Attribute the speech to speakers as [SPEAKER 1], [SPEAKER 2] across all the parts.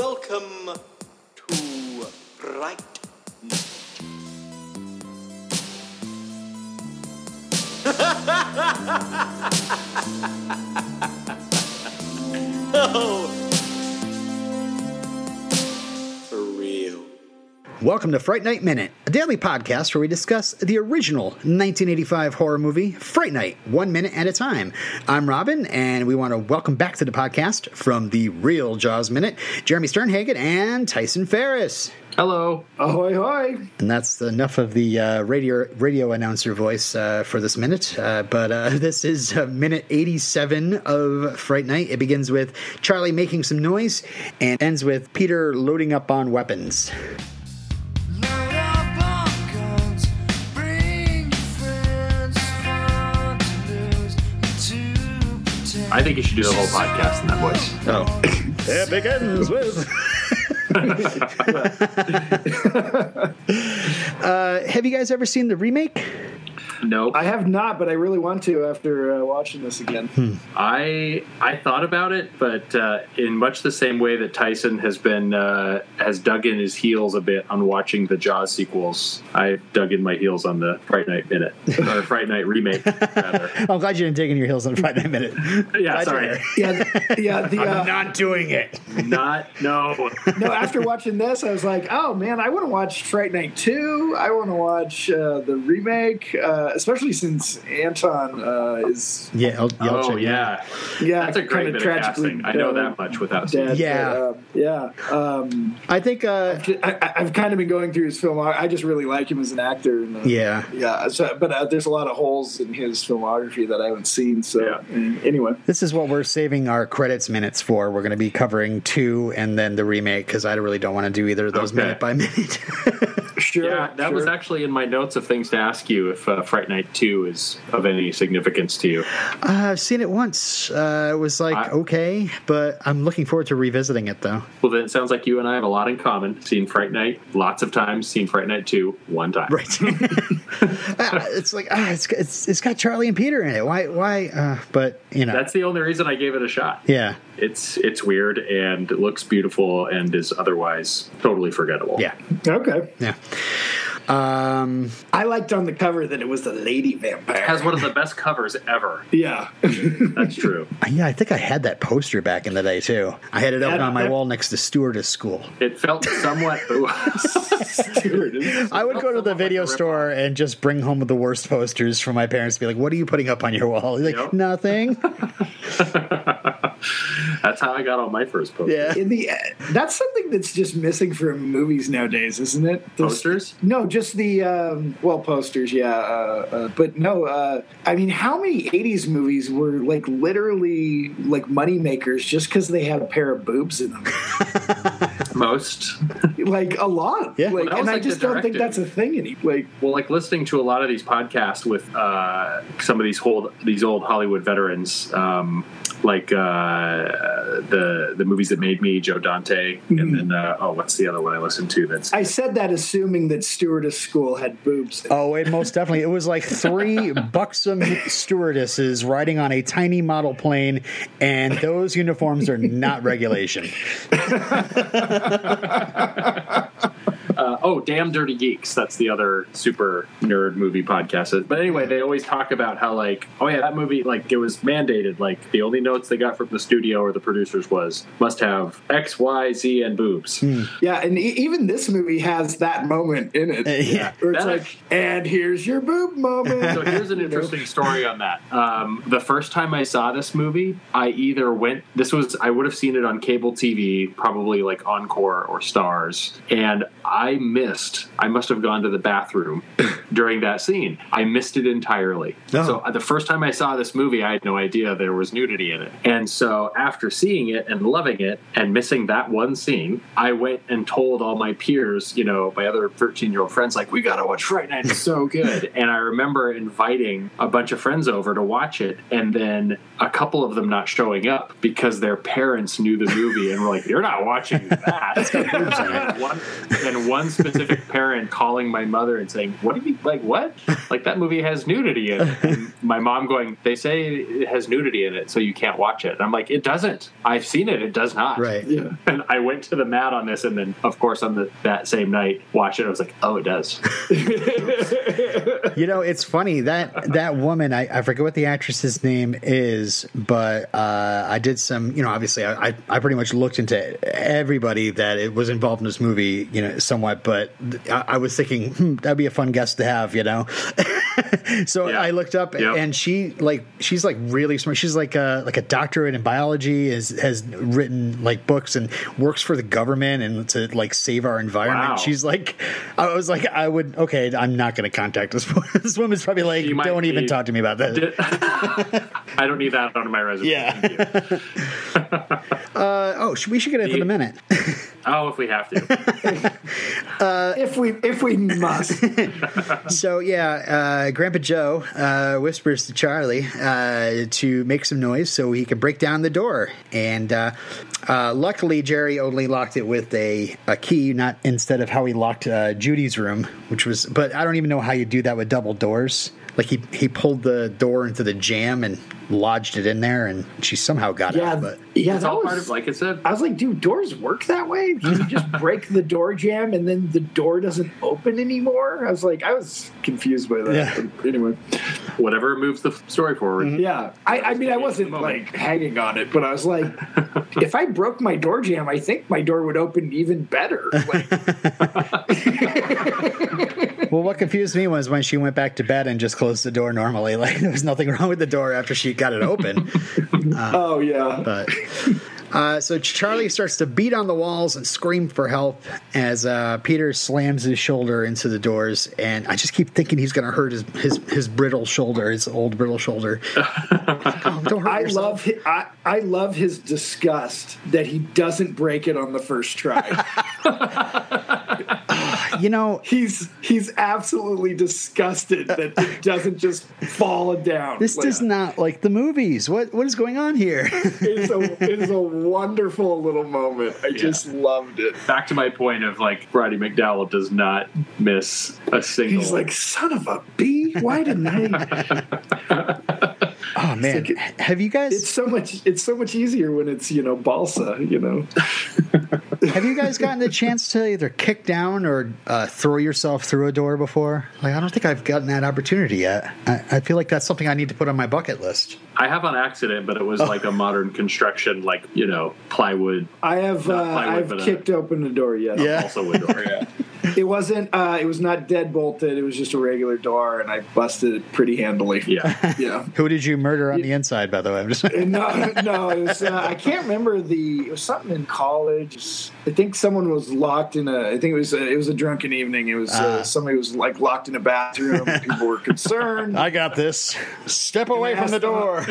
[SPEAKER 1] Welcome to Bright Night. oh. For real.
[SPEAKER 2] Welcome to Fright Night Minute, a daily podcast where we discuss the original 1985 horror movie Fright Night, one minute at a time. I'm Robin, and we want to welcome back to the podcast from the real Jaws Minute, Jeremy Sternhagen and Tyson Ferris.
[SPEAKER 3] Hello.
[SPEAKER 4] Ahoy, hoy.
[SPEAKER 2] And that's enough of the uh, radio radio announcer voice uh, for this minute. Uh, but uh, this is uh, minute 87 of Fright Night. It begins with Charlie making some noise and ends with Peter loading up on weapons.
[SPEAKER 5] Load up on guns, bring your friends, fun to lose, and to pretend.
[SPEAKER 3] I think you should do the whole podcast in that voice.
[SPEAKER 2] Oh. it begins with. uh, have you guys ever seen the remake?
[SPEAKER 3] Nope.
[SPEAKER 4] I have not, but I really want to after uh, watching this again.
[SPEAKER 2] Hmm.
[SPEAKER 3] I I thought about it, but uh, in much the same way that Tyson has been uh, has dug in his heels a bit on watching the Jaws sequels, I dug in my heels on the Fright Night minute or Fright Night remake. Rather.
[SPEAKER 2] I'm glad you didn't dig in your heels on Friday Minute.
[SPEAKER 3] Yeah,
[SPEAKER 2] Glad
[SPEAKER 3] sorry,
[SPEAKER 4] Yeah, th- yeah. The,
[SPEAKER 2] you're
[SPEAKER 4] uh,
[SPEAKER 2] not doing it.
[SPEAKER 3] not no.
[SPEAKER 4] no, after watching this, I was like, oh man, I want to watch Fright Night 2. I want to watch uh, the remake, uh, especially since Anton uh, is,
[SPEAKER 2] Yeah, I'll, yeah, I'll
[SPEAKER 3] Oh
[SPEAKER 2] check it out.
[SPEAKER 3] yeah,
[SPEAKER 4] yeah,
[SPEAKER 3] that's a great
[SPEAKER 4] kinda
[SPEAKER 3] bit of casting. I know
[SPEAKER 4] uh,
[SPEAKER 3] that much without seeing. it.
[SPEAKER 4] Dead,
[SPEAKER 2] Yeah.
[SPEAKER 4] but, um, yeah. Um,
[SPEAKER 2] I think. Uh,
[SPEAKER 4] I, I- I've kind of been going through his film. I I just really like him as an actor. And, uh,
[SPEAKER 2] yeah,
[SPEAKER 4] Yeah, so, but uh, there's a lot of holes in his filmography that I haven't seen. So,
[SPEAKER 3] Yeah.
[SPEAKER 4] mm, anyway,
[SPEAKER 2] this is what we're saving our credits minutes for. We're going to be covering two and then the remake because I really don't want to do either of those
[SPEAKER 3] Okay.
[SPEAKER 2] minute by minute.
[SPEAKER 4] sure.
[SPEAKER 3] Yeah, that was
[SPEAKER 4] sure.
[SPEAKER 3] actually in my notes of things to ask you if uh, Fright Night 2 is of any significance to you.
[SPEAKER 2] I've seen it once. Uh, it was like
[SPEAKER 3] I-
[SPEAKER 2] okay, but I'm looking forward to revisiting it though.
[SPEAKER 3] Well, then it sounds like you and I have a lot in common. Seen Fright Night lots of times, seen Fright Night 2 one time.
[SPEAKER 2] Right. Ah, it's like ah, it's, it's it's got Charlie and Peter in it. Why why? Uh, but you know,
[SPEAKER 3] That's the only reason I gave it a shot.
[SPEAKER 2] yeah,
[SPEAKER 3] It's it's weird and it looks beautiful and is otherwise totally forgettable.
[SPEAKER 2] yeah,
[SPEAKER 4] Okay.
[SPEAKER 2] yeah. Um,
[SPEAKER 4] I liked on the cover that it was the lady vampire.
[SPEAKER 3] It has one of the best covers ever.
[SPEAKER 4] yeah.
[SPEAKER 3] That's true.
[SPEAKER 2] yeah, I think I had that poster back in the day too. I had it up
[SPEAKER 4] Yeah,
[SPEAKER 2] on my
[SPEAKER 4] that-
[SPEAKER 2] wall next to Stewardess School.
[SPEAKER 3] It felt somewhat
[SPEAKER 4] Dude.
[SPEAKER 2] I would go to the video store and just bring home the worst posters for my parents. Be like, "What are you putting up on your wall?" He's like,
[SPEAKER 3] Yep.
[SPEAKER 2] "Nothing."
[SPEAKER 3] That's how I got on my first poster.
[SPEAKER 2] Yeah.
[SPEAKER 4] In the that's something that's just missing from movies nowadays, isn't it? Those-
[SPEAKER 3] Posters?
[SPEAKER 4] No, just the um, well posters, yeah. Uh, uh, but no, uh, I mean, how many '80s movies were like literally like moneymakers just because they had a pair of boobs in them?
[SPEAKER 3] Most.
[SPEAKER 4] like a lot.
[SPEAKER 2] Yeah.
[SPEAKER 4] Like,
[SPEAKER 3] Well, that
[SPEAKER 4] and
[SPEAKER 3] was,
[SPEAKER 4] I
[SPEAKER 3] like, the
[SPEAKER 4] just don't think
[SPEAKER 3] directing.
[SPEAKER 4] that's a thing anymore. Like,
[SPEAKER 3] Well, like listening to a lot of these podcasts with uh, some of these old these old Hollywood veterans, um, like uh, the the movies that made me, Joe Dante, and then uh, oh, what's the other one I listened to? That's uh,
[SPEAKER 4] I said that assuming that stewardess school had boobs. in it.
[SPEAKER 2] Oh, it most definitely. It was like three buxom stewardesses riding on a tiny model plane, and those uniforms are not regulation.
[SPEAKER 3] uh, oh, Damn Dirty Geeks. That's the other super nerd movie podcast. But anyway, they always talk about how like oh yeah, that movie like it was mandated. Like the only notes they got from the studio or the producers was must have X, Y, Z, and boobs.
[SPEAKER 4] Yeah, and e- even this movie has that moment in it.
[SPEAKER 2] Uh, yeah.
[SPEAKER 4] Where it's
[SPEAKER 3] That
[SPEAKER 4] like, and here's your boob moment.
[SPEAKER 3] So here's an interesting story on that. Um, the first time I saw this movie, I either went. This was I would have seen it on cable TV, probably like Encore or Stars, and I missed. I must have gone to the bathroom during that scene. I missed it entirely.
[SPEAKER 2] Oh.
[SPEAKER 3] So uh, the first time I saw this movie, I had no idea there was nudity in it. And so after seeing it and loving it and missing that one scene, I went and told all my peers, you know, my other 13 year old friends, like, we got to watch Fright Night. It's so good. and I remember inviting a bunch of friends over to watch it and then a couple of them not showing up because their parents knew the movie and were like, you're not watching that.
[SPEAKER 2] boobs in it.
[SPEAKER 3] and, one, and one specific parent calling my mother and saying, "What do you like? What? Like that movie has nudity in it." And my mom going, "They say it has nudity in it, so you can't watch it." And I'm like, "It doesn't. I've seen it. It does not."
[SPEAKER 2] Right.
[SPEAKER 4] Yeah.
[SPEAKER 3] And I went to the mat on this, and then of course on the, that same night watched it. I was like, "Oh, it does."
[SPEAKER 2] You know, it's funny that that woman, I, I forget what the actress's name is, but uh, I did some, you know, obviously I, I, I pretty much looked into everybody that it was involved in this movie, you know, somewhat, but th- I, I was thinking, hmm, that'd be a fun guest to have, you know? so
[SPEAKER 3] Yeah.
[SPEAKER 2] I looked up
[SPEAKER 3] Yep.
[SPEAKER 2] and she like, she's like really smart. She's like a, like a doctorate in biology is, has written like books and works for the government and to like save our environment.
[SPEAKER 3] Wow.
[SPEAKER 2] She's like, I was like, I would, okay, I'm not going to contact this woman. This woman's probably like,
[SPEAKER 3] You might
[SPEAKER 2] don't even
[SPEAKER 3] be-
[SPEAKER 2] talk to me about that.
[SPEAKER 3] I don't need that on my resume.
[SPEAKER 2] Yeah.
[SPEAKER 3] Thank you.
[SPEAKER 2] Uh, oh, sh- we should get into the
[SPEAKER 3] The-
[SPEAKER 2] minute.
[SPEAKER 3] Oh, if we have to.
[SPEAKER 4] if we if we must.
[SPEAKER 2] so, yeah, uh, Grandpa Joe uh, whispers to Charlie uh, to make some noise so he can break down the door. And uh, uh, luckily, Jerry only locked it with a, a key, not instead of how he locked uh, Judy's room, which was, but I don't even know how you do that with double doors. Like he, he pulled the door into the jam and lodged it in there, and she somehow got
[SPEAKER 4] Yeah,
[SPEAKER 2] out. But
[SPEAKER 4] yeah.
[SPEAKER 3] It's
[SPEAKER 4] that
[SPEAKER 3] all
[SPEAKER 4] was-
[SPEAKER 3] part of, like it's a
[SPEAKER 4] I was like, dude, doors work that way. Can you just break the door jam and then the door doesn't open anymore? I was like, I was confused by that.
[SPEAKER 2] Yeah.
[SPEAKER 4] But anyway,
[SPEAKER 3] whatever moves the story forward.
[SPEAKER 4] yeah. I, I mean, I wasn't like hanging on it, but I was like, if I broke my door jam, I think my door would open even better. Like,
[SPEAKER 2] Well, what confused me was when she went back to bed and just closed the door normally. Like there was nothing wrong with the door after she got it open.
[SPEAKER 4] oh yeah.
[SPEAKER 2] but uh, so Charlie starts to beat on the walls and scream for help as uh, Peter slams his shoulder into the doors. And I just keep thinking he's going to hurt his, his his brittle shoulder, his old brittle shoulder. Oh, don't hurt
[SPEAKER 4] I
[SPEAKER 2] yourself.
[SPEAKER 4] love hi I, I love his disgust that he doesn't break it on the first try.
[SPEAKER 2] you know.
[SPEAKER 4] he's he's absolutely disgusted that it doesn't just fall down.
[SPEAKER 2] This
[SPEAKER 4] Like,
[SPEAKER 2] does not like the movies. What what is going on here?
[SPEAKER 4] it's a it's a wonderful little moment. I just loved it.
[SPEAKER 3] Back to my point of like Roddy McDowell does not miss a single.
[SPEAKER 4] He's like, son of a bee. Why didn't I?
[SPEAKER 2] oh man,
[SPEAKER 4] like-
[SPEAKER 2] have you guys?
[SPEAKER 4] It's so much. It's so much easier when it's you know balsa. You know.
[SPEAKER 2] Have you guys gotten the chance to either kick down or uh, throw yourself through a door before? Like, I don't think I've gotten that opportunity yet. I, I feel like that's something I need to put on my bucket list.
[SPEAKER 3] I have on accident, but it was like a modern construction, like you know, plywood
[SPEAKER 4] I have uh,
[SPEAKER 3] Not plywood,
[SPEAKER 4] I've
[SPEAKER 3] but, uh,
[SPEAKER 4] kicked open the door. Yes.
[SPEAKER 2] Yeah.
[SPEAKER 3] also wood door.
[SPEAKER 4] It wasn't. Uh, it was not dead bolted. It was just a regular door, and I busted it pretty handily.
[SPEAKER 3] Yeah,
[SPEAKER 4] Yeah.
[SPEAKER 2] Who did you murder on the inside, by the way? I'm just,
[SPEAKER 4] no, no, it was, uh, I can't remember the. It was something in college. I think someone was locked in a. I think it was a, it was a drunken evening. It was uh,
[SPEAKER 2] Ah.
[SPEAKER 4] somebody was like locked in a bathroom. People were concerned,
[SPEAKER 2] I got this. Step away from the door.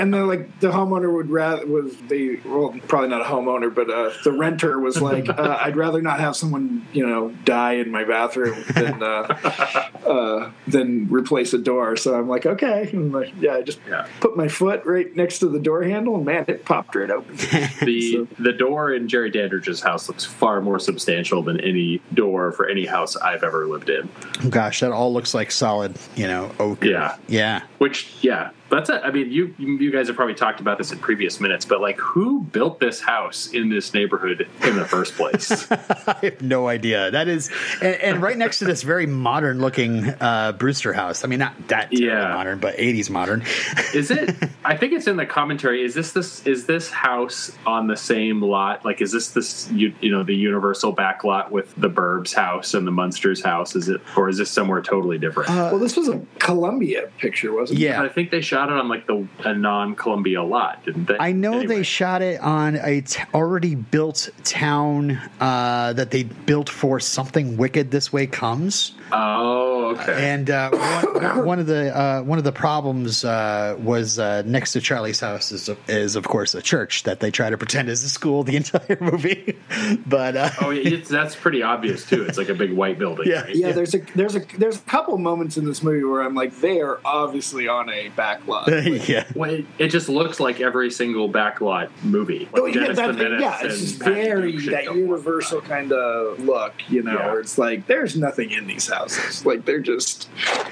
[SPEAKER 4] and then like the homeowner would rather was the well probably not a homeowner, but uh, the renter was like, uh, I'd rather not have someone you know die in my bathroom than uh, uh, than replace a door. So I'm like, okay, And, like, yeah, I just
[SPEAKER 3] Yeah.
[SPEAKER 4] put my foot right next to the door handle, and man, it popped right open.
[SPEAKER 3] the the door in Jerry Dandridge's house looks far more substantial than any door for any house I've ever lived in.
[SPEAKER 2] Gosh, that all looks like solid, you know, oak.
[SPEAKER 3] Yeah.
[SPEAKER 2] Yeah.
[SPEAKER 3] Which, yeah, that's it. I mean, you you guys have probably talked about this in previous minutes, but like, who built this house in this neighborhood in the first place?
[SPEAKER 2] I have no idea. That is, and, and right next to this very modern looking uh, Brewster house. I mean, not that terribly
[SPEAKER 3] Yeah.
[SPEAKER 2] modern, but 80s modern.
[SPEAKER 3] is it? I think it's in the commentary. Is this this is this house on the same lot? Like, is this this you, you know the Universal back lot with the Burbs house and the Munsters house? Is it or is this somewhere totally different?
[SPEAKER 2] Uh,
[SPEAKER 4] Well, this was a Columbia picture, wasn't it?
[SPEAKER 2] Yeah.
[SPEAKER 3] I think they shot it on like the a non-Columbia lot, didn't they?
[SPEAKER 2] I know
[SPEAKER 3] Anyway.
[SPEAKER 2] they shot it on a t- already built town uh, that they built for something wicked. This way comes.
[SPEAKER 3] oh, okay.
[SPEAKER 2] And uh, one, one of the uh, one of the problems uh, was uh, next to Charlie's house is is of course a church that they try to pretend is a school the entire movie, but uh,
[SPEAKER 3] oh, yeah, it's, that's pretty obvious too. It's like a big white building.
[SPEAKER 2] Yeah.
[SPEAKER 3] right?
[SPEAKER 4] Yeah, there's a there's a there's a couple moments in this movie where I'm like, they are obviously on a backlot.
[SPEAKER 2] yeah.
[SPEAKER 3] Well, it, it just looks like every single backlot movie. Like
[SPEAKER 4] Oh, yeah,
[SPEAKER 3] Dennis the
[SPEAKER 4] that,
[SPEAKER 3] Menace
[SPEAKER 4] yeah, it's
[SPEAKER 3] and
[SPEAKER 4] just
[SPEAKER 3] Pat the
[SPEAKER 4] very
[SPEAKER 3] Duke shit
[SPEAKER 4] that
[SPEAKER 3] don't work.
[SPEAKER 4] universal kind of look, you know,
[SPEAKER 3] Yeah.
[SPEAKER 4] where it's like there's nothing in these houses, like they're just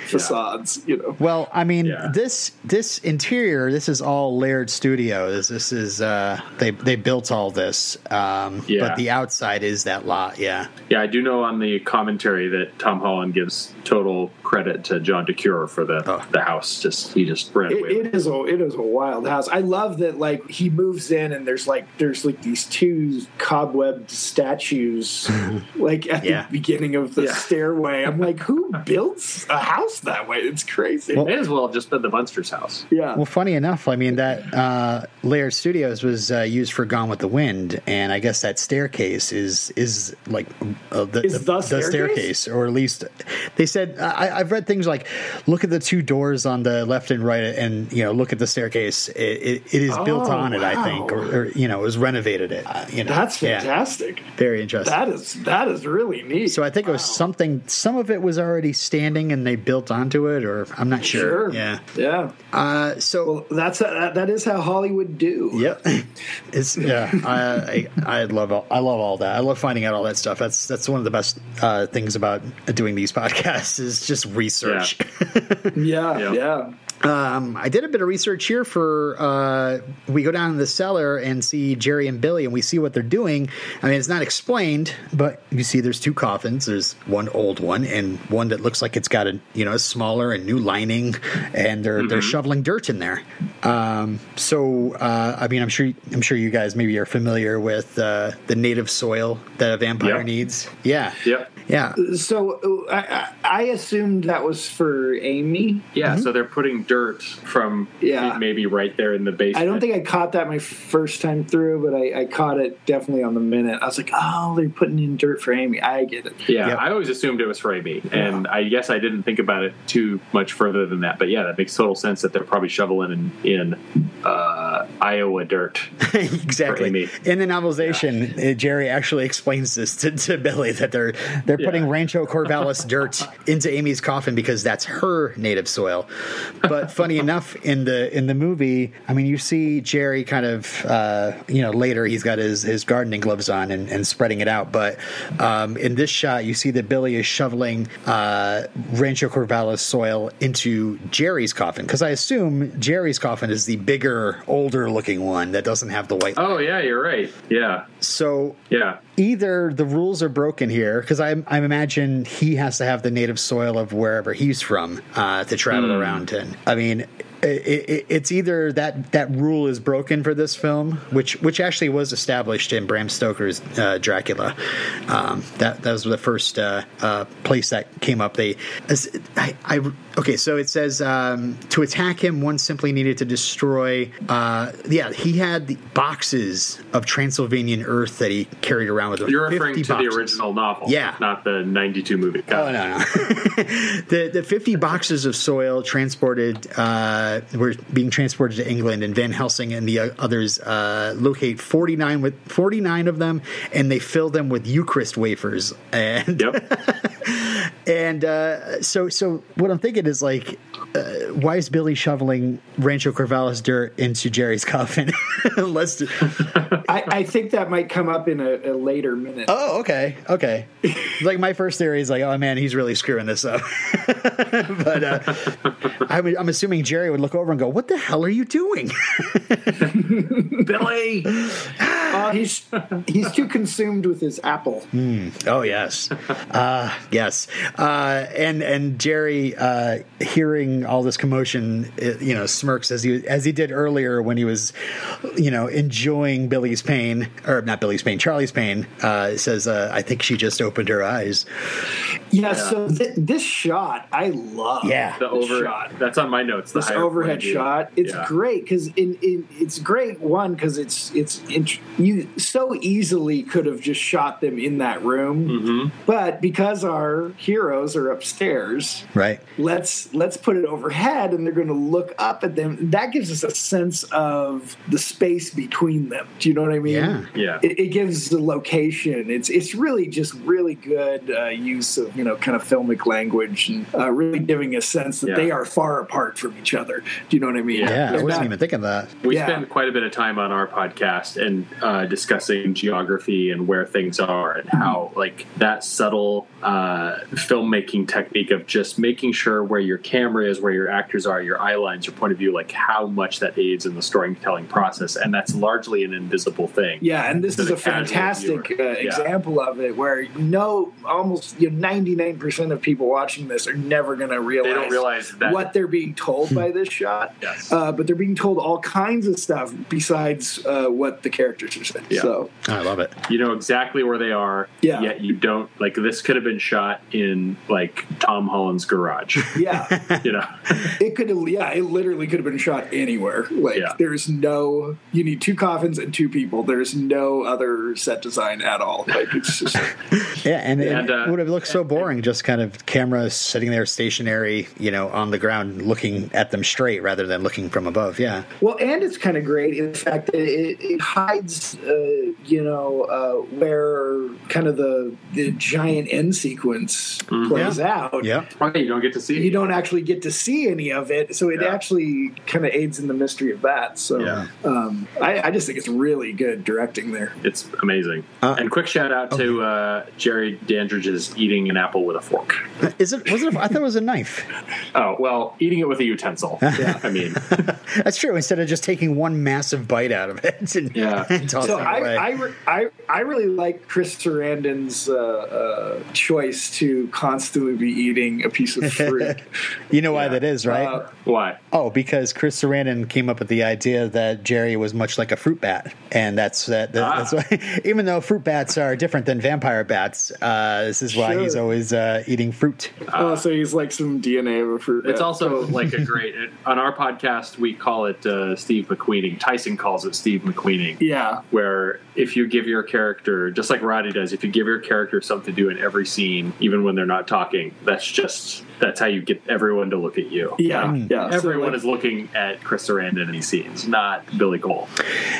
[SPEAKER 4] facades, you know.
[SPEAKER 2] Well, I mean
[SPEAKER 3] Yeah.
[SPEAKER 2] this this interior. This is all Laird Studios. This is uh, they they built all this, um,
[SPEAKER 3] Yeah.
[SPEAKER 2] but the outside is that lot. Yeah,
[SPEAKER 3] Yeah, I do know on the commentary that Tom Holland gives total credit to John DeCure for the
[SPEAKER 2] Oh.
[SPEAKER 3] the house. Just he just ran away.
[SPEAKER 4] It, it is a it is a wild house. I love that like he moves in and there's like there's like these two cobwebbed statues like at
[SPEAKER 2] Yeah.
[SPEAKER 4] the beginning of the
[SPEAKER 3] Yeah.
[SPEAKER 4] stairway. I'm like, who builds a house that way? It's crazy.
[SPEAKER 3] May as well have just been the Munsters' house.
[SPEAKER 4] yeah.
[SPEAKER 2] Well, funny enough, I mean that uh, Laird Studios was uh, used for Gone with the Wind, and I guess that staircase is is like uh, the,
[SPEAKER 4] Is the staircase?
[SPEAKER 2] staircase, or at least they said. I, I've read things like, look at the two doors on the left and right, and you know, look at the staircase. It, it, it is built
[SPEAKER 4] Oh,
[SPEAKER 2] on it, I think,
[SPEAKER 4] wow.
[SPEAKER 2] or, or you know, it was renovated. It. uh, you know,
[SPEAKER 4] That's
[SPEAKER 2] Yeah,
[SPEAKER 4] fantastic.
[SPEAKER 2] very interesting.
[SPEAKER 4] That is that is really neat.
[SPEAKER 2] so I think it was something. Some of it was already standing, and they built onto it, or I'm not sure. Yeah.
[SPEAKER 4] Yeah.
[SPEAKER 2] Uh, so
[SPEAKER 4] Well, that's that, that is how Hollywood do.
[SPEAKER 2] Yep. It's yeah. I, I I love all, I love all that. I love finding out all that stuff. That's that's one of the best uh, things about doing these podcasts is just research.
[SPEAKER 4] Yeah.
[SPEAKER 3] Yeah.
[SPEAKER 4] Yeah.
[SPEAKER 2] um, I did a bit of research here for uh, we go down in the cellar and see Jerry and Billy and we see what they're doing. I mean, it's not explained, but you see there's two coffins. There's one old one and one that looks like it's got a you know a smaller and new lining, and they're they're shoveling dirt in there. Um, so uh, I mean, I'm sure I'm sure you guys maybe are familiar with uh, the native soil that a vampire
[SPEAKER 3] Yeah.
[SPEAKER 2] needs. Yeah.
[SPEAKER 3] Yep.
[SPEAKER 2] Yeah.
[SPEAKER 4] So uh, I, I I assumed that was for Amy.
[SPEAKER 3] Yeah,
[SPEAKER 2] Mm-hmm.
[SPEAKER 3] so they're putting dirt from
[SPEAKER 4] Yeah.
[SPEAKER 3] maybe right there in the basement.
[SPEAKER 4] I don't think I caught that my first time through, but I, I caught it definitely on the minute. I was like, oh, they're putting in dirt for Amy. I get it.
[SPEAKER 3] Yeah,
[SPEAKER 2] Yep.
[SPEAKER 3] I always assumed it was for Amy, and I guess I didn't think about it too much further than that. But yeah, that makes total sense that they're probably shoveling in, in uh, Iowa dirt.
[SPEAKER 2] exactly.
[SPEAKER 3] Amy.
[SPEAKER 2] In the novelization, uh, Jerry actually explains this to, to Billy that they're they're putting Rancho Corvallis dirt into Amy's coffin because that's her native soil. But funny enough, in the in the movie, I mean, you see Jerry kind of uh, you know later he's got his his gardening gloves on and, and spreading it out. But um, in this shot, you see that Billy is shoveling uh, Rancho Corvallis soil into Jerry's coffin because I assume Jerry's coffin is the bigger, older looking one that doesn't have the white.
[SPEAKER 3] Oh yeah, you're right. Yeah,
[SPEAKER 2] So
[SPEAKER 3] yeah,
[SPEAKER 2] either the rules are broken here because I, I imagine he has to have the native soil of wherever he's from uh, to travel around in. I mean, i it, it's either that that rule is broken for this film, which which actually was established in Bram Stoker's uh, Dracula. Um, that that was the first uh, uh, place that came up. They, as- I, I okay, so it says um, to attack him, one simply needed to destroy. Uh, yeah, he had the boxes of Transylvanian earth that he carried around with him.
[SPEAKER 3] you're referring to
[SPEAKER 2] 50 boxes.
[SPEAKER 3] the original novel,
[SPEAKER 2] Yeah.
[SPEAKER 3] not the '92 movie. Got
[SPEAKER 2] Oh
[SPEAKER 3] it.
[SPEAKER 2] no, no. the the fifty boxes of soil transported uh, were being transported to England, and Van Helsing and the uh, others uh, locate forty nine with forty nine of them, and they fill them with Eucharist wafers. And
[SPEAKER 3] Yep.
[SPEAKER 2] and uh, so so what I'm thinking is like, uh, why is Billy shoveling Rancho Corvallis dirt into Jerry's coffin? Let's. Do-
[SPEAKER 4] I, I think that might come up in a, a later minute.
[SPEAKER 2] oh, okay, okay. like my first theory is like, oh man, he's really screwing this up. but uh, I'm, I'm assuming Jerry would look over and go, "What the hell are you doing?"
[SPEAKER 3] Billy.
[SPEAKER 4] Uh, he's he's too consumed with his apple.
[SPEAKER 2] oh yes, uh, yes. Uh, and and Jerry, uh, hearing all this commotion, uh, you know, smirks as he as he did earlier when he was, you know, enjoying Billy's pain or not Billy's pain, Charlie's pain. Uh, says, uh, "I think she just opened her eyes."
[SPEAKER 4] Yeah. So th- this shot, I love.
[SPEAKER 2] Yeah.
[SPEAKER 3] The
[SPEAKER 4] this
[SPEAKER 3] over.
[SPEAKER 4] shot.
[SPEAKER 3] That's on my notes. the
[SPEAKER 4] this
[SPEAKER 3] higher
[SPEAKER 4] overhead
[SPEAKER 3] point of view.
[SPEAKER 4] shot. It's
[SPEAKER 3] Yeah.
[SPEAKER 4] great 'cause great because in, in it's great one because it's it's int- you so easily could have just shot them in that room.
[SPEAKER 3] Mm-hmm.
[SPEAKER 4] But because our heroes are upstairs,
[SPEAKER 2] Right.
[SPEAKER 4] let's let's put it overhead and they're going to look up at them that gives us a sense of the space between them do you know what i mean
[SPEAKER 2] Yeah.
[SPEAKER 3] Yeah.
[SPEAKER 4] it, it gives the location it's it's really just really good uh, use of you know kind of filmic language and uh, really giving a sense that
[SPEAKER 3] Yeah.
[SPEAKER 4] they are far apart from each other do you know what i mean
[SPEAKER 2] Yeah, I
[SPEAKER 4] They're
[SPEAKER 2] wasn't
[SPEAKER 4] not-
[SPEAKER 2] even thinking of that.
[SPEAKER 3] We
[SPEAKER 4] Yeah.
[SPEAKER 3] spend quite a bit of time on our podcast and uh, discussing geography and where things are
[SPEAKER 4] Mm-hmm.
[SPEAKER 3] and how, like, that subtle uh, filmmaking technique of just making sure where your camera is, where your actors are, your eye lines, your point of view, like how much that aids in the storytelling process. And that's largely an invisible thing.
[SPEAKER 4] Yeah, and this
[SPEAKER 3] To
[SPEAKER 4] is
[SPEAKER 3] the
[SPEAKER 4] a
[SPEAKER 3] casual
[SPEAKER 4] fantastic uh,
[SPEAKER 3] viewer. Yeah.
[SPEAKER 4] example of it where no, almost you know, 99% of people watching this are never going to realize,
[SPEAKER 3] realize that. Hmm.
[SPEAKER 4] what they're being told by this shot.
[SPEAKER 3] Yes.
[SPEAKER 4] Uh, but they're being told all kinds of stuff besides uh, what the characters are saying.
[SPEAKER 3] Yeah.
[SPEAKER 4] So,
[SPEAKER 2] I love it.
[SPEAKER 3] you know exactly where they are
[SPEAKER 4] Yeah.
[SPEAKER 3] yet you don't like this could have been shot in like tom holland's garage
[SPEAKER 4] yeah,
[SPEAKER 3] you know
[SPEAKER 4] it could have, yeah, it literally could have been shot anywhere. Like,
[SPEAKER 3] Yeah.
[SPEAKER 4] there's no, you need two coffins and two people. There's no other set design at all. Like, it's just,
[SPEAKER 2] Yeah, and,
[SPEAKER 3] And,
[SPEAKER 2] it
[SPEAKER 3] uh,
[SPEAKER 2] would have looked so boring, just kind of camera sitting there stationary, you know, on the ground looking at them straight rather than looking from above. Yeah.
[SPEAKER 4] Well, and it's kind of great in fact that it, it hides, uh, you know, uh, where kind of the the giant end sequence
[SPEAKER 3] Mm-hmm.
[SPEAKER 4] plays out.
[SPEAKER 2] Yeah.
[SPEAKER 3] Right, you don't get to see it.
[SPEAKER 4] You don't actually get to see any of it, so it
[SPEAKER 3] Yeah.
[SPEAKER 4] actually kind of aids in the mystery of that. So
[SPEAKER 3] Yeah.
[SPEAKER 4] um, I, I just think it's really good directing there.
[SPEAKER 3] it's amazing
[SPEAKER 2] Uh,
[SPEAKER 3] and quick shout out to uh, jerry dandridge's eating an apple with a fork
[SPEAKER 2] Is it? Was it? I thought it was a knife.
[SPEAKER 3] oh well eating it with a utensil i mean
[SPEAKER 2] That's true. Instead of just taking one massive bite out of it and,
[SPEAKER 3] Yeah.
[SPEAKER 2] and tossing
[SPEAKER 4] So
[SPEAKER 2] it
[SPEAKER 4] I,
[SPEAKER 2] away.
[SPEAKER 4] I, re- I, I really like Chris Sarandon's uh, uh, choice to constantly be eating a piece of fruit.
[SPEAKER 2] you know why that is, right?
[SPEAKER 4] Uh,
[SPEAKER 3] why
[SPEAKER 2] oh, because Chris Sarandon came up with the idea that Jerry was much like a fruit bat, and that's that.
[SPEAKER 3] Ah.
[SPEAKER 2] that- That's why, even though fruit bats are different than vampire bats, uh, this is why he's
[SPEAKER 4] Sure.
[SPEAKER 2] always uh, eating fruit.
[SPEAKER 4] oh, so he's like some DNA of a fruit.
[SPEAKER 3] Ah. it's
[SPEAKER 4] bat.
[SPEAKER 3] also like a great on our podcast we call it uh, steve mcqueening tyson calls it steve mcqueening
[SPEAKER 4] Yeah.
[SPEAKER 3] where if you give your character just like roddy does if you give your character something to do in every scene even when they're not talking that's just that's how you get everyone to look at you
[SPEAKER 4] Yeah.
[SPEAKER 3] Like,
[SPEAKER 4] Yeah. So,
[SPEAKER 3] everyone
[SPEAKER 4] like,
[SPEAKER 3] is looking at chris sarandon in these scenes not billy cole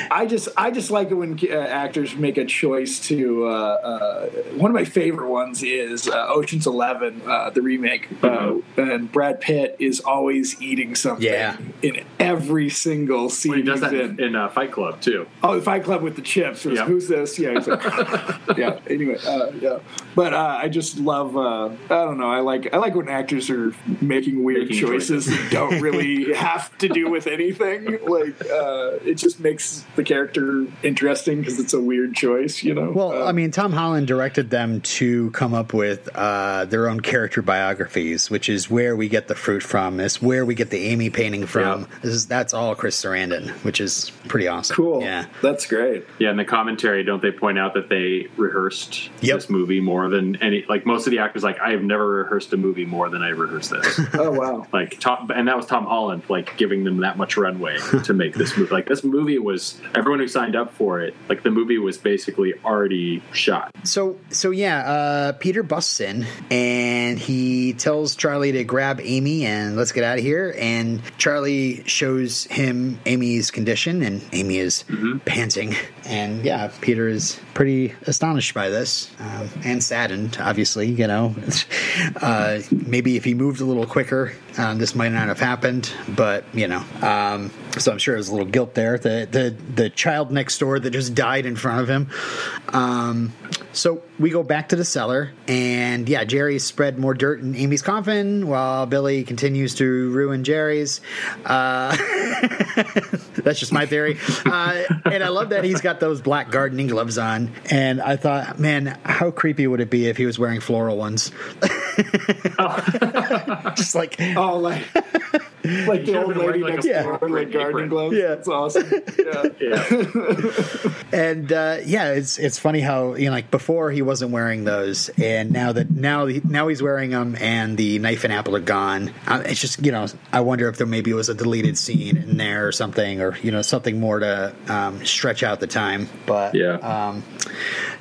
[SPEAKER 4] I just I just like it when uh, actors make a choice to. Uh, uh, one of my favorite ones is uh, Ocean's Eleven, uh, the remake,
[SPEAKER 3] Mhm.
[SPEAKER 4] uh, and Brad Pitt is always eating something
[SPEAKER 2] Yeah.
[SPEAKER 4] in every single scene
[SPEAKER 3] when he does
[SPEAKER 4] he's
[SPEAKER 3] that in,
[SPEAKER 4] in.
[SPEAKER 3] in uh, fight club too
[SPEAKER 4] Oh, Fight Club with the chips. Was,
[SPEAKER 3] Yeah.
[SPEAKER 4] Who's this? Yeah, he's like- yeah. Anyway, uh, yeah. But uh, I just love. Uh, I don't know. I like I like when actors are making weird
[SPEAKER 3] Making
[SPEAKER 4] choices that don't really have to do with anything. Like uh, it just makes the character interesting because it's a weird choice. You know.
[SPEAKER 2] Well,
[SPEAKER 4] Uh,
[SPEAKER 2] I mean, Tom Holland directed them to come up with uh, their own character biographies, which is where we get the fruit from. It's where we get the Amy painting from.
[SPEAKER 3] Yeah.
[SPEAKER 2] This is that's all Chris Sarandon, which is pretty awesome.
[SPEAKER 4] cool.
[SPEAKER 2] Yeah.
[SPEAKER 4] That's great.
[SPEAKER 3] yeah in the commentary don't they point out that they rehearsed
[SPEAKER 2] Yep.
[SPEAKER 3] this movie more than any like most of the actors like i have never rehearsed a movie more than i rehearsed this
[SPEAKER 4] Oh wow.
[SPEAKER 3] like Tom, and that was Tom Holland, like giving them that much runway to make this movie. Like this movie was everyone who signed up for it. Like the movie was basically already shot.
[SPEAKER 2] So so yeah, uh, Peter busts in and he tells Charlie to grab Amy and let's get out of here. And Charlie shows him Amy's condition, and Amy is panting. And yeah, Peter is pretty astonished by this um, and saddened, obviously. You know, uh, maybe if he moved a little quicker, um, this might not have happened. But you know, um, so I'm sure there's a little guilt there. The the the child next door that just died in front of him. Um, so we go back to the cellar, and yeah, Jerry spread more dirt in Amy's coffin while Billy continues to ruin Jerry's. Uh, that's just my theory. Uh, and I love that he's got those black gardening gloves on. And I thought, man, how creepy would it be if he was wearing floral ones? Just like
[SPEAKER 4] Oh, like like
[SPEAKER 3] You
[SPEAKER 4] the
[SPEAKER 3] should've
[SPEAKER 4] old
[SPEAKER 3] been
[SPEAKER 4] lady
[SPEAKER 3] wearing, like,
[SPEAKER 4] next
[SPEAKER 3] a
[SPEAKER 4] door,
[SPEAKER 3] full
[SPEAKER 4] like
[SPEAKER 3] red apron.
[SPEAKER 4] gardening gloves.
[SPEAKER 2] Yeah.
[SPEAKER 4] it's awesome. Yeah.
[SPEAKER 3] Yeah.
[SPEAKER 2] and uh, yeah, it's it's funny how you know like before he wasn't wearing those, and now that now now he's wearing them, and the knife and apple are gone. Uh, It's just you know I wonder if there maybe was a deleted scene in there or something, or you know something more to um, stretch out the time. But
[SPEAKER 3] Yeah.
[SPEAKER 2] um,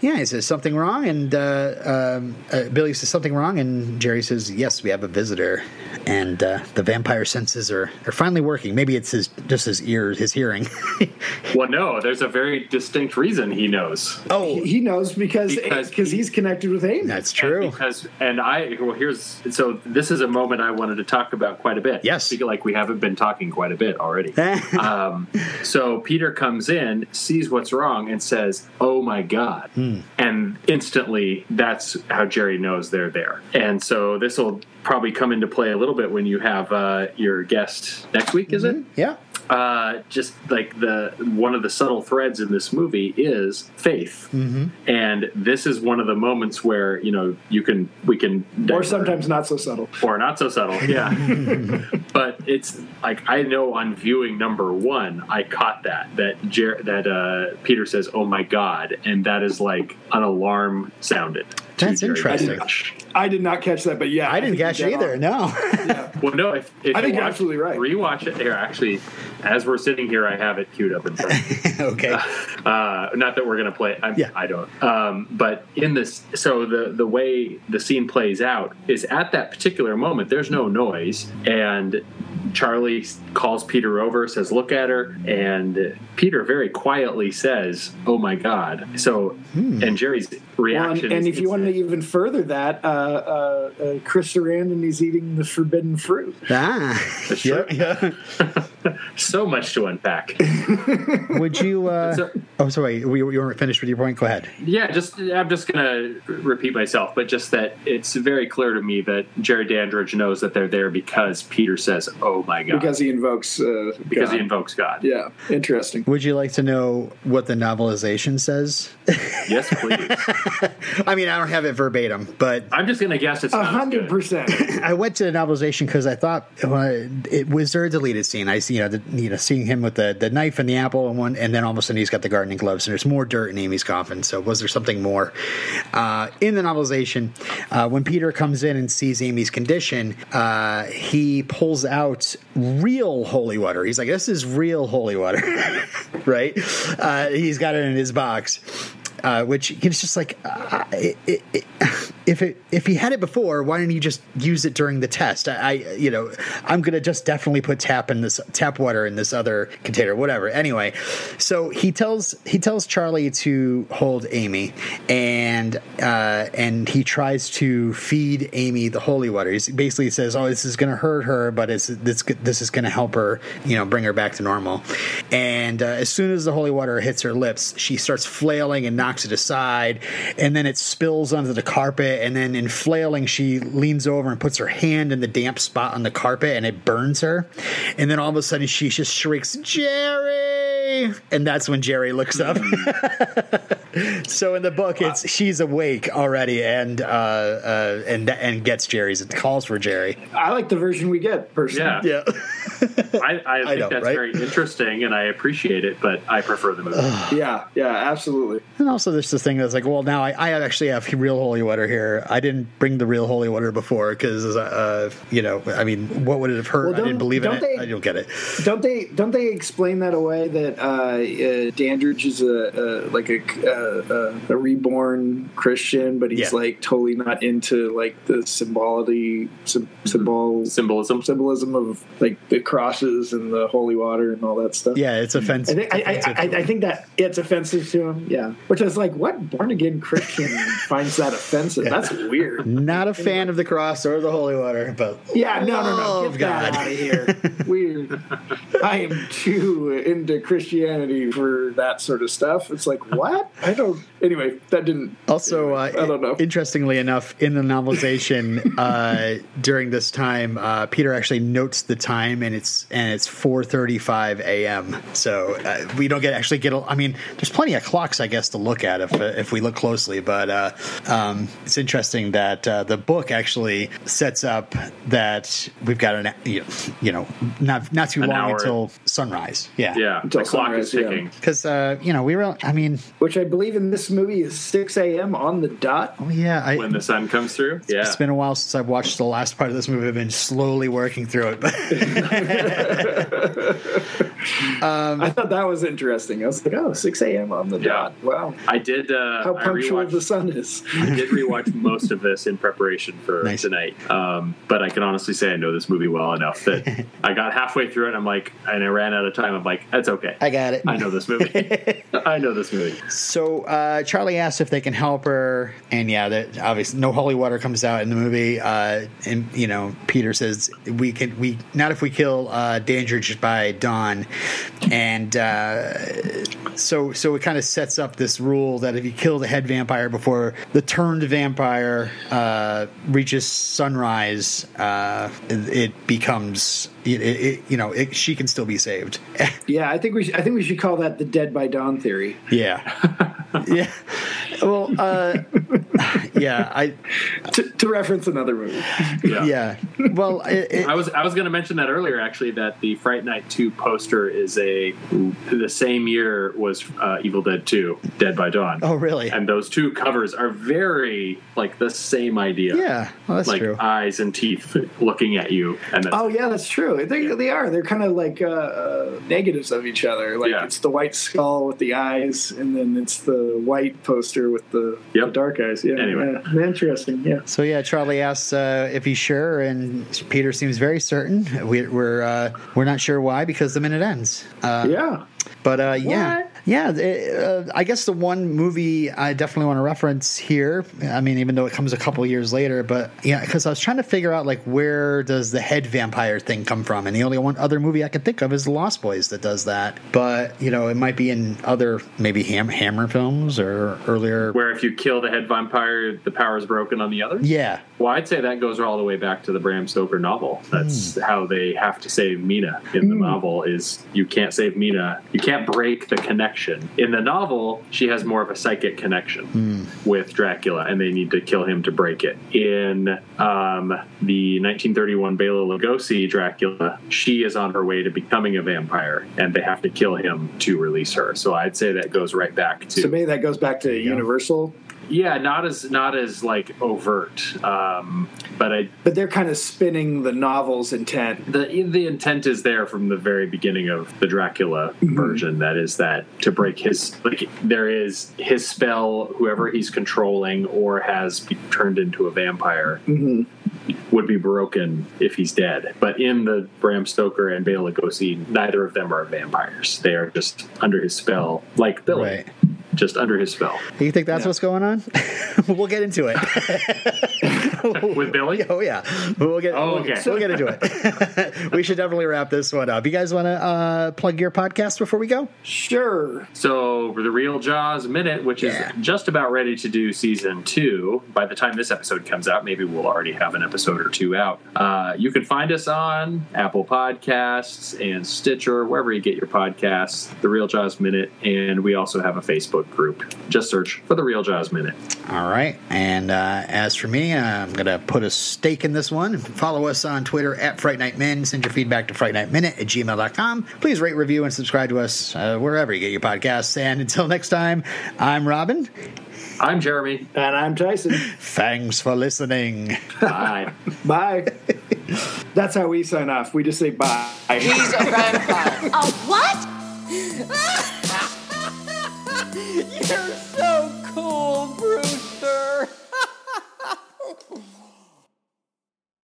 [SPEAKER 2] yeah, he says something wrong, and uh, um, uh, Billy says something wrong, and Jerry says yes, we have a visitor, and uh, the vampire senses are are finally working. Maybe it's his just his ears, his hearing.
[SPEAKER 3] Well, no, there's a very distinct reason he knows.
[SPEAKER 2] oh.
[SPEAKER 4] He knows because
[SPEAKER 3] Because
[SPEAKER 4] because he's connected with Amy.
[SPEAKER 2] That's true.
[SPEAKER 3] Because and I well here's so this is a moment I wanted to talk about quite a bit.
[SPEAKER 2] Yes.
[SPEAKER 3] I feel like we haven't been talking quite a bit already.
[SPEAKER 2] yeah,
[SPEAKER 3] um, so Peter comes in, sees what's wrong, and says, "Oh my god!" And instantly, that's how Jerry knows they're there. And so this will probably come into play a little bit when you have uh, your guest next week, is it? uh, just like the one of the subtle threads in this movie is faith, and this is one of the moments where you know you can we can
[SPEAKER 4] Or
[SPEAKER 3] divert-
[SPEAKER 4] sometimes not so subtle.
[SPEAKER 3] or not so subtle, yeah. but it's like I know on viewing number one, I caught that that Jer- that uh, Peter says, "Oh my god," and that is like an alarm sounded. to
[SPEAKER 2] That's
[SPEAKER 3] Jerry
[SPEAKER 2] interesting.
[SPEAKER 3] Bush.
[SPEAKER 4] I did not catch that, but yeah,
[SPEAKER 2] I didn't
[SPEAKER 4] think you're
[SPEAKER 2] catch
[SPEAKER 4] dead
[SPEAKER 2] it either.
[SPEAKER 4] on.
[SPEAKER 2] No,
[SPEAKER 3] Well, no, if, if
[SPEAKER 4] I
[SPEAKER 3] you
[SPEAKER 4] think you're
[SPEAKER 3] watch-
[SPEAKER 4] absolutely right.
[SPEAKER 3] Rewatch it here. Actually, as we're sitting here, I have it queued up in front. of me.
[SPEAKER 2] okay.
[SPEAKER 3] uh, not that we're going to play. I'm,
[SPEAKER 2] Yeah.
[SPEAKER 3] I don't. Um, but in this, so the the way the scene plays out is at that particular moment. There's no noise, and Charlie calls Peter over, says, "Look at her," and Peter very quietly says, "Oh my God!" So, and Jerry's
[SPEAKER 4] Well,
[SPEAKER 3] reaction.
[SPEAKER 4] and, and
[SPEAKER 3] is
[SPEAKER 4] if you want to even further that, uh, uh, uh, Chris Sarandon is eating the forbidden fruit.
[SPEAKER 2] ah, yeah, yeah.
[SPEAKER 3] so much to unpack.
[SPEAKER 2] Would you? Uh,
[SPEAKER 3] So-
[SPEAKER 2] oh, sorry, we, you weren't finished with your point. Go ahead.
[SPEAKER 3] Yeah, just I'm just gonna repeat myself, but just that it's very clear to me that Jerry Dandridge knows that they're there because Peter says, "Oh my God,"
[SPEAKER 4] because he invokes uh,
[SPEAKER 3] because he
[SPEAKER 4] God.
[SPEAKER 3] invokes God.
[SPEAKER 4] yeah interesting
[SPEAKER 2] Would you like to know what the novelization says?
[SPEAKER 3] Yes, please.
[SPEAKER 2] I mean, I don't have it verbatim, but
[SPEAKER 3] I'm just gonna guess it's
[SPEAKER 4] a
[SPEAKER 3] not as
[SPEAKER 4] hundred
[SPEAKER 3] good.
[SPEAKER 4] percent
[SPEAKER 2] I went to the novelization because I thought uh, it was there a deleted scene. I see, you know, the, you know, seeing him with the, the knife and the apple and one, and then all of a sudden he's got the gardening gloves and there's more dirt in Amy's coffin. So was there something more uh, in the novelization? Uh, when Peter comes in and sees Amy's condition, uh, he pulls out real holy water. He's like, "This is real holy water," right? Uh, he's got it in his box uh, which it's just like uh, it, it, it- if it if he had it before, why didn't he just use it during the test? I, I you know I'm gonna just definitely put tap in this tap water in this other container, whatever. Anyway, so he tells he tells Charlie to hold Amy, and uh, and he tries to feed Amy the holy water. He basically says, "Oh, this is gonna hurt her, but it's this this is gonna help her, you know, bring her back to normal." And uh, as soon as the holy water hits her lips, she starts flailing and knocks it aside. And then it spills onto the carpet. And then in flailing, she leans over and puts her hand in the damp spot on the carpet and it burns her. And then all of a sudden, she just shrieks, Jerry! And that's when Jerry looks up. so in the book, it's she's awake already and uh, uh, and and gets Jerry's. It calls for Jerry.
[SPEAKER 4] i like the version we get personally
[SPEAKER 3] Yeah,
[SPEAKER 2] Yeah.
[SPEAKER 3] I, I think
[SPEAKER 2] know,
[SPEAKER 3] that's
[SPEAKER 2] right?
[SPEAKER 3] very interesting, and I appreciate it, but I prefer the movie.
[SPEAKER 4] yeah yeah absolutely
[SPEAKER 2] And also, there's this thing that's like, well, now I, I actually have real holy water here. I didn't bring the real holy water before because, uh, you know, I mean, what would it have hurt?
[SPEAKER 4] Well,
[SPEAKER 2] I didn't
[SPEAKER 4] don't-
[SPEAKER 2] believe in it.
[SPEAKER 4] don't they-
[SPEAKER 2] I don't get it.
[SPEAKER 4] don't they don't they explain that away that uh, uh dandridge is a, a like a, uh, a a reborn christian but he's
[SPEAKER 2] Yeah.
[SPEAKER 4] like totally not into like the symbolity sym
[SPEAKER 3] Mm-hmm.
[SPEAKER 4] symbol
[SPEAKER 3] Symbolism.
[SPEAKER 4] symbolism of like the crosses and the holy water and all that stuff
[SPEAKER 2] Yeah, it's offensive.
[SPEAKER 4] I think, I, I,
[SPEAKER 2] offensive.
[SPEAKER 4] I, I think that it's offensive to him. Yeah. Which I was like, what born again Christian finds that offensive? That's weird.
[SPEAKER 2] Not a fan of the cross or the holy water, but
[SPEAKER 4] Yeah, no, no, no.
[SPEAKER 2] Love
[SPEAKER 4] Get
[SPEAKER 2] Oh, God.
[SPEAKER 4] that out of here. Weird. I am too into Christianity for that sort of stuff. It's like what? I don't. Anyway, that didn't.
[SPEAKER 2] Also, uh,
[SPEAKER 4] I don't know.
[SPEAKER 2] interestingly enough, in the novelization uh, during this time, uh, Peter actually notes the time, and it's and it's four thirty five a.m. So uh, we don't get actually get. A, I mean, there's plenty of clocks, I guess, to look at if if we look closely. But uh, um, it's interesting that uh, the book actually sets up that we've got an you know, you know not not too
[SPEAKER 3] An
[SPEAKER 2] long
[SPEAKER 3] hour.
[SPEAKER 2] until sunrise. Yeah,
[SPEAKER 3] Yeah,
[SPEAKER 4] Until
[SPEAKER 3] the clock
[SPEAKER 4] sunrise,
[SPEAKER 3] is
[SPEAKER 4] yeah.
[SPEAKER 3] ticking.
[SPEAKER 2] Because uh, you know we were. I mean,
[SPEAKER 4] Which I believe in this movie is 6 a.m. on the dot.
[SPEAKER 2] oh, yeah. I,
[SPEAKER 3] When the sun comes through, yeah,
[SPEAKER 2] It's been a while since I've watched the last part of this movie. I've been slowly working through it.
[SPEAKER 4] I thought that was interesting. I was like, oh, 6 a.m. on the
[SPEAKER 3] Yeah.
[SPEAKER 4] dot. Wow.
[SPEAKER 3] I did. Uh,
[SPEAKER 4] How
[SPEAKER 3] I
[SPEAKER 4] punctual
[SPEAKER 3] rewatched-
[SPEAKER 4] the sun is.
[SPEAKER 3] I did rewatch most of this in preparation for
[SPEAKER 2] Nice.
[SPEAKER 3] tonight, um, but I can honestly say I know this movie well enough that I got halfway through it. And I'm like, and I ran out of time. I'm like, that's okay.
[SPEAKER 2] I got it.
[SPEAKER 3] I know this movie. I know this movie.
[SPEAKER 2] So uh, Charlie asks if they can help her, and yeah, that obviously no holy water comes out in the movie. Uh, and you know, Peter says we can we not if we kill uh, Danger just by dawn, and uh, so so it kind of sets up this rule that if you kill the head vampire before the turned vampire uh, reaches sunrise, uh, it, it becomes it, it, it, you know it, she can still be saved.
[SPEAKER 4] Yeah, I think we should, I think we should call that the dead by dawn theory.
[SPEAKER 2] Yeah. yeah. Well, uh, yeah, I,
[SPEAKER 4] To, to reference another movie.
[SPEAKER 3] Yeah.
[SPEAKER 2] yeah. Well, it, it,
[SPEAKER 3] I was I was going to mention that earlier actually that the Fright Night 2 poster is a the same year was uh, Evil Dead 2 Dead by Dawn.
[SPEAKER 2] oh, really?
[SPEAKER 3] And those two covers are very like the same idea.
[SPEAKER 2] yeah. Well, that's
[SPEAKER 3] like
[SPEAKER 2] true.
[SPEAKER 3] eyes and teeth looking at you and that's
[SPEAKER 4] Oh yeah, that's true. They, they are. They're kind of like uh, uh, negatives of each other. Like
[SPEAKER 3] Yeah.
[SPEAKER 4] it's the white skull with the eyes, and then it's the white poster with the,
[SPEAKER 3] Yep.
[SPEAKER 4] the dark eyes. Yeah,
[SPEAKER 3] Anyway.
[SPEAKER 4] yeah. interesting. Yeah,
[SPEAKER 2] So yeah, Charlie asks uh, if he's sure, and Peter seems very certain. We, we're uh, we're not sure why because the minute ends. Uh,
[SPEAKER 4] yeah.
[SPEAKER 2] But uh, yeah,
[SPEAKER 4] What?
[SPEAKER 2] yeah. it- uh, I guess the one movie I definitely want to reference here. I mean, even though it comes a couple years later, but yeah, because I was trying to figure out like where does the head vampire thing come from, and the only one other movie I can think of is The Lost Boys that does that. But you know, it might be in other maybe Ham- Hammer films or earlier.
[SPEAKER 3] where if you kill the head vampire the power's broken on the other.
[SPEAKER 2] yeah,
[SPEAKER 3] Well, I'd say that goes all the way back to the Bram Stoker novel. That's how they have to save Mina in the novel is you can't save Mina. You can't break the connection. In the novel, she has more of a psychic connection with Dracula and they need to kill him to break it. In um, the 1931 Bela Lugosi Dracula, she is on her way to becoming a vampire and they have to kill him to release her. So I'd say that goes right back to
[SPEAKER 4] So maybe that goes back to Universal,
[SPEAKER 3] yeah, not as not as like overt. Um, but I
[SPEAKER 4] but they're kind of spinning the novel's intent
[SPEAKER 3] the the intent is there from the very beginning of the Dracula
[SPEAKER 2] Mhm.
[SPEAKER 3] version. That is that to break his like there is his spell, whoever he's controlling or has be turned into a vampire
[SPEAKER 2] Mm-hmm.
[SPEAKER 3] would be broken if he's dead. But in the Bram Stoker and Bela Lugosi, neither of them are vampires. They are just under his spell, like Billy,
[SPEAKER 2] right.
[SPEAKER 3] just under his spell.
[SPEAKER 2] You think that's what's going on? we'll get into it.
[SPEAKER 3] With Billy?
[SPEAKER 2] Oh yeah, we'll get.
[SPEAKER 3] Oh,
[SPEAKER 2] we'll get-
[SPEAKER 3] okay.
[SPEAKER 2] We'll get into it. we should definitely wrap this one up. You guys want to uh, plug your podcast before we go?
[SPEAKER 4] Sure.
[SPEAKER 3] So the Real Jaws Minute, which
[SPEAKER 2] Yeah.
[SPEAKER 3] is just about ready to do season two. By the time this episode comes out, maybe we'll already have an episode or two out. Uh, you can find us on Apple Podcasts and Stitcher, wherever you get your podcasts. The Real Jaws Minute, and we also have a Facebook group. Just search for the Real Jaws Minute.
[SPEAKER 2] All right. And uh, as for me, I'm going to put a stake in this one. Follow us on Twitter at Fright Night Men. Send your feedback to frightnightminute at gmail.com. Please rate, review, and subscribe to us uh, wherever you get your podcasts. And until next time, I'm Robin.
[SPEAKER 3] I'm Jeremy.
[SPEAKER 4] And I'm Tyson.
[SPEAKER 2] Thanks for listening.
[SPEAKER 3] Bye.
[SPEAKER 4] Bye. That's how we sign off. We just say bye.
[SPEAKER 6] He's a vampire.
[SPEAKER 7] A what?